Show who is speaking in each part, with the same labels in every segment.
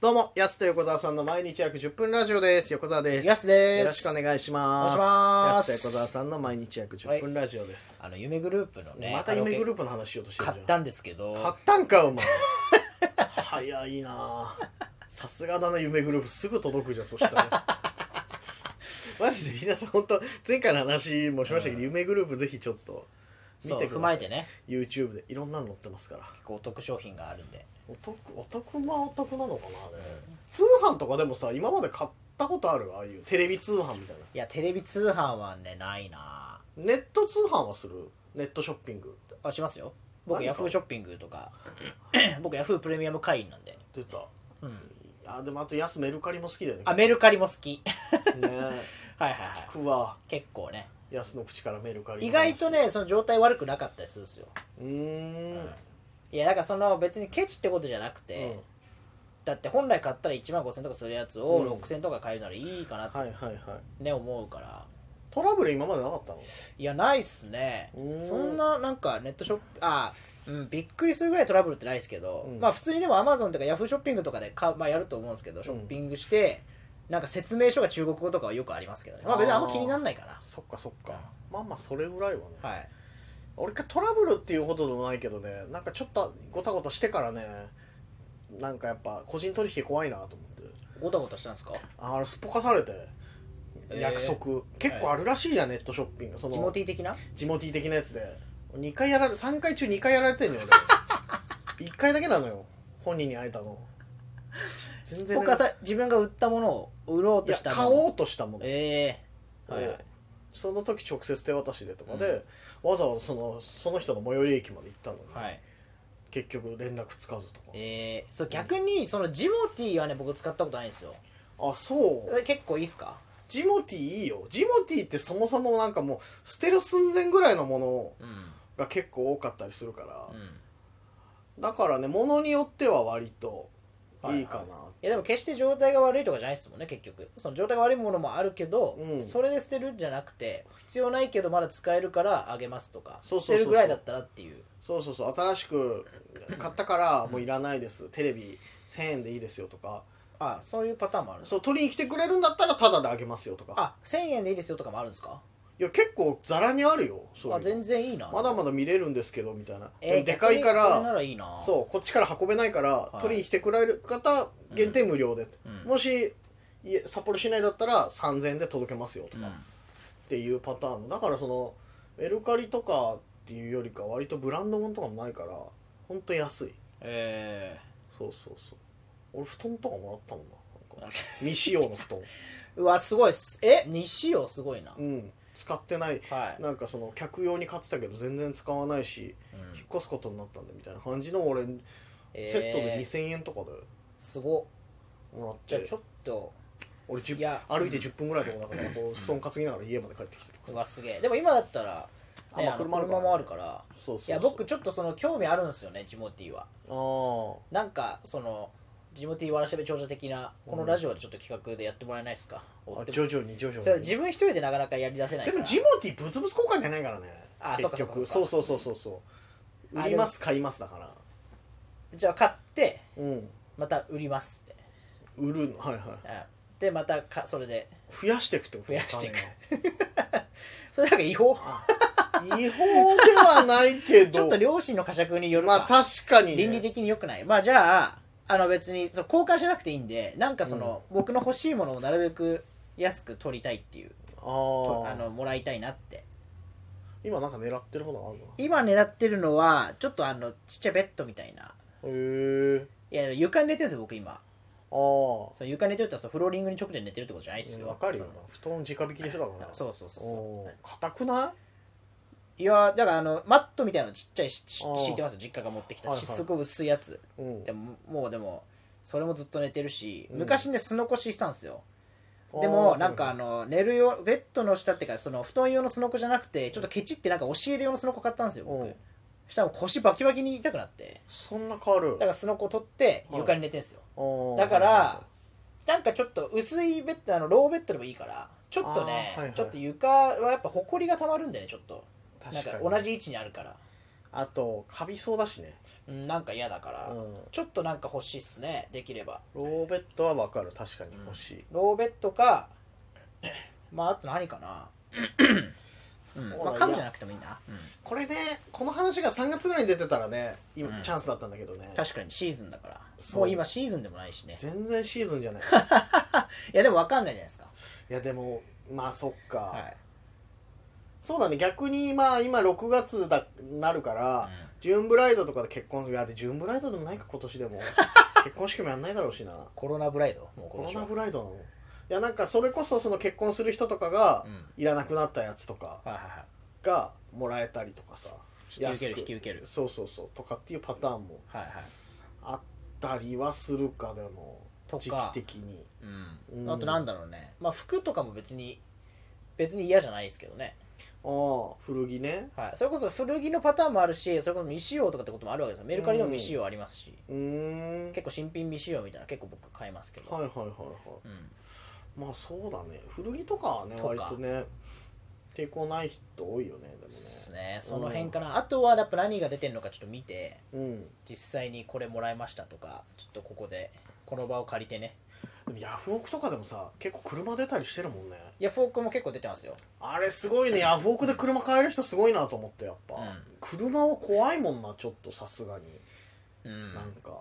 Speaker 1: どうも、やすと横澤さんの毎日約10分ラジオです。横澤です。
Speaker 2: やすです
Speaker 1: よろしくお願いします。
Speaker 2: お願いします
Speaker 1: やすと横澤さんの毎日約10分ラジオです。
Speaker 2: あの夢グループのね
Speaker 1: また夢グルー
Speaker 2: プ
Speaker 1: プの話しようとしてる
Speaker 2: 買っ
Speaker 1: じゃ
Speaker 2: た
Speaker 1: ん。
Speaker 2: んですけど
Speaker 1: 買ったんか、 お前。早いなさすがだな、夢グループ。すぐ届くじゃん、そした ら。マジで皆さん、本当前回の話もしましたけど、
Speaker 2: うん
Speaker 1: 夢グループぜひちょっと見
Speaker 2: そう
Speaker 1: てくだ
Speaker 2: 踏ま
Speaker 1: さ
Speaker 2: え
Speaker 1: い。
Speaker 2: てね
Speaker 1: YouTube でいろんなの載ってますから。
Speaker 2: 結構お得商品があるんで
Speaker 1: お得お得なお得なのかなあれ、通販とかでもさ今まで買ったことあるああいうテレビ通販みたいない
Speaker 2: やテレビ通販はねないな
Speaker 1: ネット通販はするネットショッピング
Speaker 2: あしますよ
Speaker 1: 何
Speaker 2: 僕
Speaker 1: か
Speaker 2: ヤフーショッピングとか 僕ヤフープレミアム会員なんで、
Speaker 1: 出た
Speaker 2: うん、
Speaker 1: あでもあと安メルカリも好きだよね
Speaker 2: あメルカリも好き
Speaker 1: ね
Speaker 2: はいはいはい
Speaker 1: 聞くわ
Speaker 2: 結構ね
Speaker 1: 安の口からメルカリ
Speaker 2: 意外とねその状態悪くなかったりするんですよ、
Speaker 1: うーん、
Speaker 2: うんいやだからその別にケチってことじゃなくて、
Speaker 1: うん
Speaker 2: だって本来買ったら1万5000とかするやつを
Speaker 1: うん
Speaker 2: 6000とか買えるならいいかなって
Speaker 1: はいはいはい
Speaker 2: ね思うから
Speaker 1: トラブル今までなかったの
Speaker 2: いやないっすね
Speaker 1: うーん
Speaker 2: そんななんかネットショップあうん、びっくりするぐらいトラブルってないですけど、
Speaker 1: うん
Speaker 2: まあ普通にでもアマゾンとかヤフーショッピングとかでか、まあ、やると思うんですけどショッピングして、なんか説明書が中国語とかはよくありますけどねまあ別にあんま気にならないか
Speaker 1: そっかそっかまあまあそれぐらいはね、
Speaker 2: なはい
Speaker 1: 俺かトラブルっていうほどでもないけどねなんかちょっとごたごたしてからねなんかやっぱ個人取引怖いなと思って
Speaker 2: ごたごたしたんですか
Speaker 1: あれすっぽかされて
Speaker 2: えー
Speaker 1: 約束、結構あるらしいじゃん、ネットショッピングその
Speaker 2: ジモティー的な
Speaker 1: ジモティー的なやつで2回やられ3回中2回やられてんのよ1 回だけなのよ本人に会えたの全然
Speaker 2: 僕はさ自分が売ったものを売ろう
Speaker 1: い
Speaker 2: と
Speaker 1: や
Speaker 2: した
Speaker 1: 買
Speaker 2: もの
Speaker 1: おうとしたもの、
Speaker 2: ええはいはい
Speaker 1: その時直接手渡しでとかで、わざわざそのその人の最寄り駅まで行ったのに、
Speaker 2: はい
Speaker 1: 結局連絡つかずとか
Speaker 2: えー、そう逆にそのジモティーはね僕使ったことないんですよ
Speaker 1: あそう
Speaker 2: え結構いいっすか
Speaker 1: ジモティーいいよジモティーってそもそもなんかもう捨てる寸前ぐらいのもの
Speaker 2: うん
Speaker 1: が結構多かったりするから、
Speaker 2: うん
Speaker 1: だからね物によっては割と
Speaker 2: はい
Speaker 1: いいかな、
Speaker 2: いやでも決して状態が悪いとかじゃないですもんね結局その状態が悪いものもあるけど、
Speaker 1: うん
Speaker 2: それで捨てるんじゃなくて必要ないけどまだ使えるからあげますとか
Speaker 1: そう
Speaker 2: 捨
Speaker 1: そうそうそう
Speaker 2: てるぐらいだったらっていう
Speaker 1: そうそうそう新しく買ったからもういらないです、テレビ1000円でいいですよとか
Speaker 2: あそういうパターンもあるんです
Speaker 1: そう取りに来てくれるんだったらタダであげますよとか
Speaker 2: あ1000円でいいですよとかもあるんですか
Speaker 1: いや結構ザラにあるよそう
Speaker 2: あ
Speaker 1: いう
Speaker 2: 全
Speaker 1: の
Speaker 2: 然いいな
Speaker 1: まだまだ見れるんですけどみたいな、
Speaker 2: えー
Speaker 1: でかいか
Speaker 2: 逆にそれな
Speaker 1: ら
Speaker 2: らいいな
Speaker 1: そうこっちから運べないから、
Speaker 2: い
Speaker 1: 取りに来てくれる方限定無料で、
Speaker 2: うん
Speaker 1: もしいえ札幌市内だったら3000円で届けますよと
Speaker 2: うん
Speaker 1: か、っていうパターンだからそのメルカリとかっていうよりか割とブランド物とかもないからほんと安い
Speaker 2: え
Speaker 1: そうそうそう俺布団とかもらったもんななんか未使用の布 団
Speaker 2: ー、うわすごいっすえ西洋すごいな、
Speaker 1: うん使ってない
Speaker 2: はい、
Speaker 1: なんかその客用に買ってたけど全然使わないし
Speaker 2: うん
Speaker 1: 引っ越すことになったんでみたいな感じの俺セットで
Speaker 2: えー
Speaker 1: 2000円とか
Speaker 2: すご
Speaker 1: でもらっ
Speaker 2: じゃあ
Speaker 1: て
Speaker 2: ちょっと
Speaker 1: 俺
Speaker 2: い
Speaker 1: 10
Speaker 2: や
Speaker 1: 歩いて10分ぐらいのとこだからこう布団担ぎながら家まで帰ってきてとか
Speaker 2: う
Speaker 1: さ
Speaker 2: わすげえでも今だったら、
Speaker 1: あ
Speaker 2: ね
Speaker 1: まあ
Speaker 2: あの
Speaker 1: 車あるからね
Speaker 2: 車もあるから
Speaker 1: そうそうそう
Speaker 2: いや僕ちょっとその興味あるんですよねジモティーは
Speaker 1: ああ
Speaker 2: なんかそのジモティーわらしべ長者的なこのラジオでちょっと企画でやってもらえないですか、追
Speaker 1: あ
Speaker 2: っても
Speaker 1: 徐々に徐々に
Speaker 2: それ自分一人でなかなかやり出せない
Speaker 1: で
Speaker 2: か ら
Speaker 1: もジモティーブツブツ交換じゃないからね
Speaker 2: あ
Speaker 1: 結局そ
Speaker 2: そう
Speaker 1: そう
Speaker 2: うか
Speaker 1: そうそうそう
Speaker 2: あ
Speaker 1: 売ります買いますだから
Speaker 2: じゃあ買って
Speaker 1: うん
Speaker 2: また売りますって、
Speaker 1: 売るのはいはい
Speaker 2: うんでまたかそれで
Speaker 1: 増やしていくってこと
Speaker 2: 増やしていくそれなんか 違法
Speaker 1: 金を違法ではないけど
Speaker 2: ちょっと両親の呵責によるか、
Speaker 1: まあ確かにね
Speaker 2: 倫理的に良くないまあじゃああの別にそう交換しなくていいんでなんかその、僕の欲しいものをなるべく安く取りたいっていう
Speaker 1: あ
Speaker 2: と
Speaker 1: ー
Speaker 2: あのもらいたいなって
Speaker 1: 今なんか狙ってるものあるの
Speaker 2: 今狙ってるのはちょっとあのちっちゃいベッドみたいな
Speaker 1: へえ
Speaker 2: いや床に寝てるんですよ僕今
Speaker 1: ああ
Speaker 2: その床に寝てるってのはそのフローリングに直で寝てるってことじゃないですよ
Speaker 1: わかるよな布団直引きでしょだから
Speaker 2: そうそうそうそ
Speaker 1: おー硬くな
Speaker 2: ういやだからあのマットみたいなのちっちゃいしし
Speaker 1: あー
Speaker 2: 敷いてますよ実家が持ってきた
Speaker 1: はいはい
Speaker 2: しすごい薄いやつ
Speaker 1: いうん
Speaker 2: でももうでもそれもずっと寝てるし
Speaker 1: うん
Speaker 2: 昔ねすのこししたんですよ
Speaker 1: あー
Speaker 2: でもなんかあの寝る用ベッドの下っていうかその布団用のすのこじゃなくてちょっとケチってなんか押し入れ用のすのこ買ったんですよ
Speaker 1: う
Speaker 2: 僕
Speaker 1: ん
Speaker 2: したらもう腰バキバキに痛くなって
Speaker 1: そんな変わる
Speaker 2: だからすのこ取って
Speaker 1: はい
Speaker 2: 床に寝てんですよ
Speaker 1: あー
Speaker 2: だか
Speaker 1: はいはいはい
Speaker 2: らなんかちょっと薄いベッドあのローベッドでもいいからちょっとね、
Speaker 1: あーはいはい
Speaker 2: ちょっと床はやっぱほこりがたまるんでねちょっとなん
Speaker 1: 確
Speaker 2: か
Speaker 1: かに
Speaker 2: 同じ位置にあるから
Speaker 1: あとカビそうだしね
Speaker 2: うんなんか嫌だから、
Speaker 1: うん
Speaker 2: ちょっとなんか欲しいっすねできれば
Speaker 1: ローベッドはわかる確かに欲しい、
Speaker 2: ローベッドか まああと何かな、うん
Speaker 1: そうだ
Speaker 2: まあ家具
Speaker 1: いや
Speaker 2: じゃなくてもいいな、
Speaker 1: これねこの話が3月ぐらいに出てたらね今、
Speaker 2: うん
Speaker 1: チャンスだったんだけどね
Speaker 2: 確かにシーズンだから
Speaker 1: そう
Speaker 2: もう今シーズンでもないしね
Speaker 1: 全然シーズン じゃない
Speaker 2: いやでも分かんないじゃないですか
Speaker 1: いやでもまあそっか、
Speaker 2: はい
Speaker 1: そうだね逆にまあ今6月だなるから、
Speaker 2: うん
Speaker 1: ジューンブライドとかで結婚いやでジューンブライドでもないか今年で も結婚式もやんないだろうしな
Speaker 2: コロナブライドもう
Speaker 1: コ
Speaker 2: 今
Speaker 1: ロ
Speaker 2: 年
Speaker 1: ナ
Speaker 2: は
Speaker 1: ブライドなのいやなんかそれこそその結婚する人とかが
Speaker 2: うん
Speaker 1: いらなくなったやつとか
Speaker 2: はいはいはい
Speaker 1: がもらえたりとかさ
Speaker 2: 引き受ける
Speaker 1: 安く
Speaker 2: 引き受ける
Speaker 1: そうそうそうとかっていうパターンも
Speaker 2: はいはい
Speaker 1: あったりはするかでも
Speaker 2: とか
Speaker 1: 時期的に
Speaker 2: う、
Speaker 1: うんん
Speaker 2: あとなんだろうねまあ服とかも別に別に嫌じゃないですけどね、
Speaker 1: ああ古着ね
Speaker 2: はい、それこそ古着のパターンもあるしそれこそ未使用とかってこともあるわけですよメルカリでも
Speaker 1: うん
Speaker 2: 未使用ありますし、
Speaker 1: うーん
Speaker 2: 結構新品未使用みたいな結構僕買いますけど、
Speaker 1: はいはいはいはい
Speaker 2: うん、
Speaker 1: まあそうだね古着とかはね
Speaker 2: とか
Speaker 1: 割とね抵抗ない人多いよねでもね
Speaker 2: ですねその辺かな、あとはやっぱ何が出てるのかちょっと見て
Speaker 1: うん
Speaker 2: 実際にこれもらいましたとかちょっとここでこの場を借りてね
Speaker 1: でもヤフオクとかでもさ結構車出たりしてるもんね
Speaker 2: ヤフオクも結構出てますよ
Speaker 1: あれすごいねヤフオクで車買える人すごいなと思ってやっぱ、
Speaker 2: うん
Speaker 1: 車は怖いもんなちょっとさすがに、
Speaker 2: うん
Speaker 1: なんか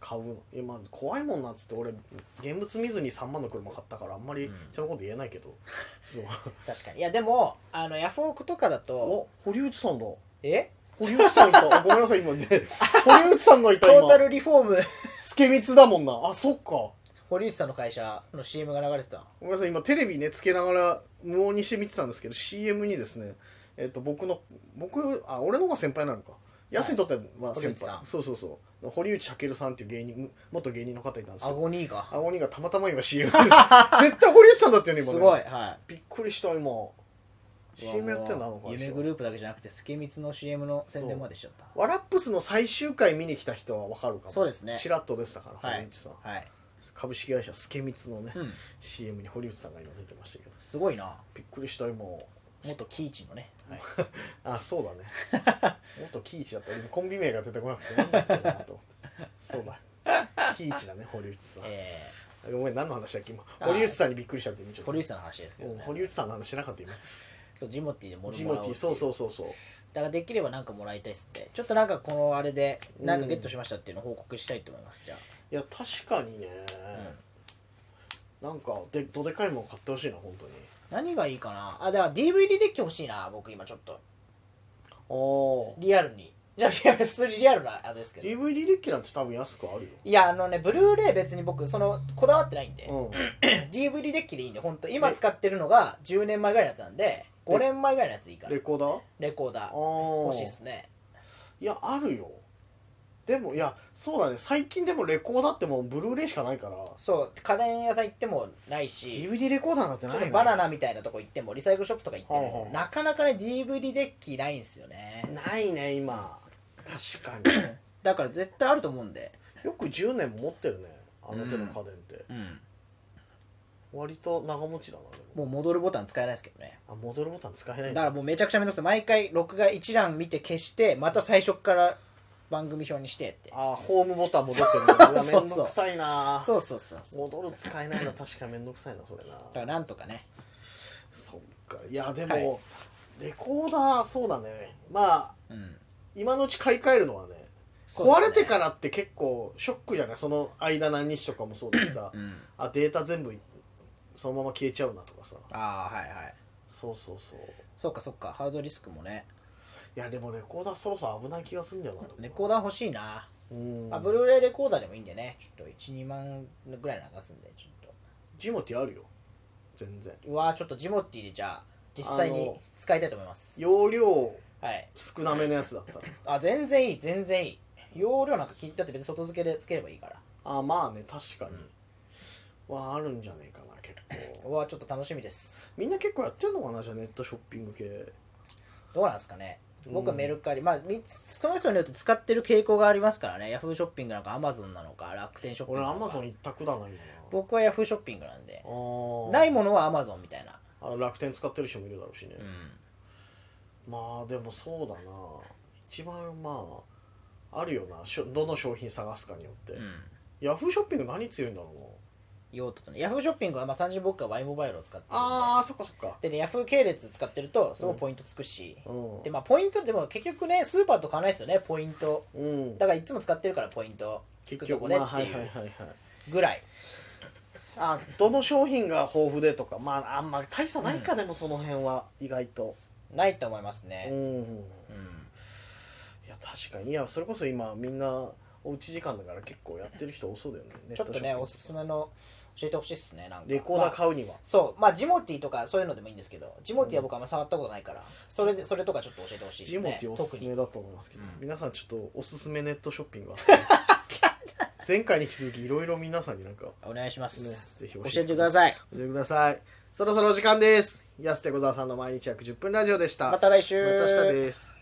Speaker 1: 買うのいやまあ怖いもんなっつって俺現物見ずに3万の車買ったからあんまり
Speaker 2: うん
Speaker 1: 人のこと言えないけ ど、そう
Speaker 2: 確かにいやでもあのヤフオクとかだと
Speaker 1: お堀内さんだ
Speaker 2: え
Speaker 1: 堀内さんいた ごめんなさい今ね堀内さんがい
Speaker 2: ト
Speaker 1: た
Speaker 2: ー
Speaker 1: 今
Speaker 2: タルリフォーム
Speaker 1: スケミツだもんなあそっか
Speaker 2: 堀内さんの会社の CM が流れてた
Speaker 1: ごめんなさい今テレビねつけながら無音にして見てたんですけど CM にですねえっと僕の僕あ俺の方が先輩なのかヤスにとっては
Speaker 2: 堀
Speaker 1: 先
Speaker 2: 内さ
Speaker 1: 輩
Speaker 2: ん
Speaker 1: そうそうそう堀内翔さんっていう芸人元芸人の方いたんですけど
Speaker 2: 顎にが
Speaker 1: 青鬼がたまたま今 CM です絶対堀内さんだったよね今
Speaker 2: す
Speaker 1: ね
Speaker 2: ごいは
Speaker 1: びっくりした今
Speaker 2: い
Speaker 1: CM やってんだあの会社
Speaker 2: 夢グループだけじゃなくてスケミツの CM の宣伝までしちゃった
Speaker 1: ワラップスの最終回見に来た人はわかるかも
Speaker 2: そうですね
Speaker 1: チラッとでしたから、
Speaker 2: はい
Speaker 1: 堀内さん
Speaker 2: はい、
Speaker 1: 株式会社スケミツのね、
Speaker 2: うん、
Speaker 1: CM に堀内さんが今出てましたけど
Speaker 2: すごいな
Speaker 1: びっくりした今
Speaker 2: 元キイチのね、 はい、
Speaker 1: あそうだね 元キイチだった今コンビ名が出てこなくて何だったかなと思ってそうだキイチだね堀内さん、
Speaker 2: え
Speaker 1: ごめん何の話だっけ今
Speaker 2: あー
Speaker 1: 堀内さんにびっくりしちゃって今ちょ
Speaker 2: ー、
Speaker 1: っと
Speaker 2: 堀内さんの話ですけど、
Speaker 1: うん
Speaker 2: ね、
Speaker 1: 堀内さんの話しなかった今
Speaker 2: そうジモティーでもら
Speaker 1: ジモティーそう
Speaker 2: う
Speaker 1: そうそうそう
Speaker 2: だからできればなんかもらいたいっすねちょっとなんかこのあれでなんかゲットしましたっていうのを報告したいと思いますじゃ
Speaker 1: いや確かにね、
Speaker 2: あ、うん、
Speaker 1: なんかでどでかいもの買ってほしいな本当に
Speaker 2: 何がいいかなあだから DVD デッキ欲しいな僕今ちょっと
Speaker 1: あ
Speaker 2: リアルにじゃあいや普通にリアルなあれですけど
Speaker 1: DVD デッキなんて多分安くあるよ
Speaker 2: いやあのねブルーレイ別に僕そのこだわってないんで、
Speaker 1: うん
Speaker 2: DVD デッキでいいんで本当今使ってるのが10年前ぐらいのやつなんで5年前ぐらいのやついいから
Speaker 1: レコーダー
Speaker 2: レコーダー
Speaker 1: ああ
Speaker 2: 欲しいっすね
Speaker 1: いやあるよでもいやそうだね最近でもレコーダーってもうブルーレイしかないから
Speaker 2: そう家電屋さん行ってもないし
Speaker 1: DVD レコーダーなんて
Speaker 2: ち
Speaker 1: ない
Speaker 2: ょっ
Speaker 1: の
Speaker 2: とバナナみたいなとこ行ってもリサイクルショップとか行って
Speaker 1: はい
Speaker 2: も
Speaker 1: はい
Speaker 2: なかなかね DVD デッキないんすよね
Speaker 1: ないね今確 かに
Speaker 2: だから絶対あると思うんで
Speaker 1: よく10年も持ってるねあの手の家電って、
Speaker 2: うん
Speaker 1: 割と長持ちだなでも
Speaker 2: もう戻るボタン使えないですけどね
Speaker 1: あ戻るボタン使えない
Speaker 2: だ
Speaker 1: ん
Speaker 2: からもうめちゃくちゃめんどくさい毎回録画一覧見て消してまた最初から番組表にしてって
Speaker 1: あーホームボタン戻ってるねうわ
Speaker 2: そうそう
Speaker 1: めんどくさいな
Speaker 2: そうそうそうそう
Speaker 1: 戻る使えないの確かめんどくさいなそれな
Speaker 2: だからなんとかね
Speaker 1: そっかいやでも、レコーダーそうだねまあ
Speaker 2: うん
Speaker 1: 今のうち買い替えるのはね
Speaker 2: そうです
Speaker 1: 壊
Speaker 2: ね
Speaker 1: れてからって結構ショックじゃないその間何日とかもそうだしさ、
Speaker 2: うん
Speaker 1: あデータ全部そのまま消えちゃうなとかさ
Speaker 2: ああはいはい
Speaker 1: そうそうそうい
Speaker 2: そうかそうかハードディスクもね
Speaker 1: やでもレコーダーそろそろ危ない気がするんだよな
Speaker 2: レコーダー欲しいな、
Speaker 1: うん
Speaker 2: あブルーレイレコーダーでもいいんでねちょっと12万ぐらい流すんでちょっ
Speaker 1: ジモティあるよ全然
Speaker 2: とうわーちょっとジモティーでじゃあ実際
Speaker 1: あ
Speaker 2: に
Speaker 1: の
Speaker 2: 使いたいと思います
Speaker 1: 容量
Speaker 2: はい
Speaker 1: 少なめのやつだったら
Speaker 2: あ全然いい全然いい容量なんか気にだって別に外付けでつければいいから
Speaker 1: あまあね確かに、はあるんじゃねえかな結構
Speaker 2: うわーちょっと楽しみです
Speaker 1: みんな結構やってんのかなじゃあネットショッピング系
Speaker 2: どうなんですかね僕は
Speaker 1: うん
Speaker 2: メルカリ、まあみ少ない人によって使ってる傾向がありますからねヤフーショッピングなんかアマゾンなのか楽天ショッピング
Speaker 1: 俺
Speaker 2: な
Speaker 1: ア
Speaker 2: のか
Speaker 1: マゾン一択だな今
Speaker 2: 僕はヤフーショッピングなんで
Speaker 1: ああ
Speaker 2: ないものはアマゾンみたいな
Speaker 1: あ楽天使ってる人もいるだろうしね、
Speaker 2: うん
Speaker 1: まあでもそうだな一番まああるよなしょどの商品探すかによって、
Speaker 2: うん、
Speaker 1: ヤフーショッピング何強いんだろうな
Speaker 2: 用途とねヤフーショッピングはまあ単純に僕は Y モバイルを使ってるんで
Speaker 1: あーそっかそっか
Speaker 2: でねヤフー系列使ってるとすごいポイントつくし、
Speaker 1: うん
Speaker 2: でまあポイントでも結局ねスーパーと買わないですよねポイント
Speaker 1: うん
Speaker 2: だからいつも使ってるからポイントつ
Speaker 1: 結
Speaker 2: くと
Speaker 1: 局
Speaker 2: こで
Speaker 1: ね、
Speaker 2: っ
Speaker 1: まあ、は
Speaker 2: て
Speaker 1: いはいはいいうはい
Speaker 2: ぐらい
Speaker 1: あどの商品が豊富でとかまああんま大差ないか、でもその辺は意外と
Speaker 2: ないと思います
Speaker 1: う
Speaker 2: ね、
Speaker 1: ん
Speaker 2: うん
Speaker 1: いや確かにいやそれこそ今みんなおうち時間だから結構やってる人多そうだよねネッ
Speaker 2: ちょ
Speaker 1: ト
Speaker 2: っ
Speaker 1: ショッピ
Speaker 2: と
Speaker 1: ン
Speaker 2: ね
Speaker 1: グ
Speaker 2: おすすめの教えてほしいっすねなんか
Speaker 1: レコーダー
Speaker 2: まあ
Speaker 1: 買うには、
Speaker 2: そうまあジモティーとかそういうのでもいいんですけどジモティーは僕あんま触ったことないから、それでそれとかちょっと教えてほしいです
Speaker 1: ジ
Speaker 2: ね
Speaker 1: モティおす
Speaker 2: 特
Speaker 1: す
Speaker 2: に
Speaker 1: めだと思いますけど、
Speaker 2: うん
Speaker 1: 皆さんちょっとおすすめネットショッピ ングは前回に引き続きいろいろ皆さんになんか
Speaker 2: お願いします、
Speaker 1: ねぜひ教
Speaker 2: 教
Speaker 1: えて
Speaker 2: えてください
Speaker 1: 教えてくださいそろそろお時間です安手小沢さんの毎日約10分ラジオでした
Speaker 2: また来週
Speaker 1: また明日です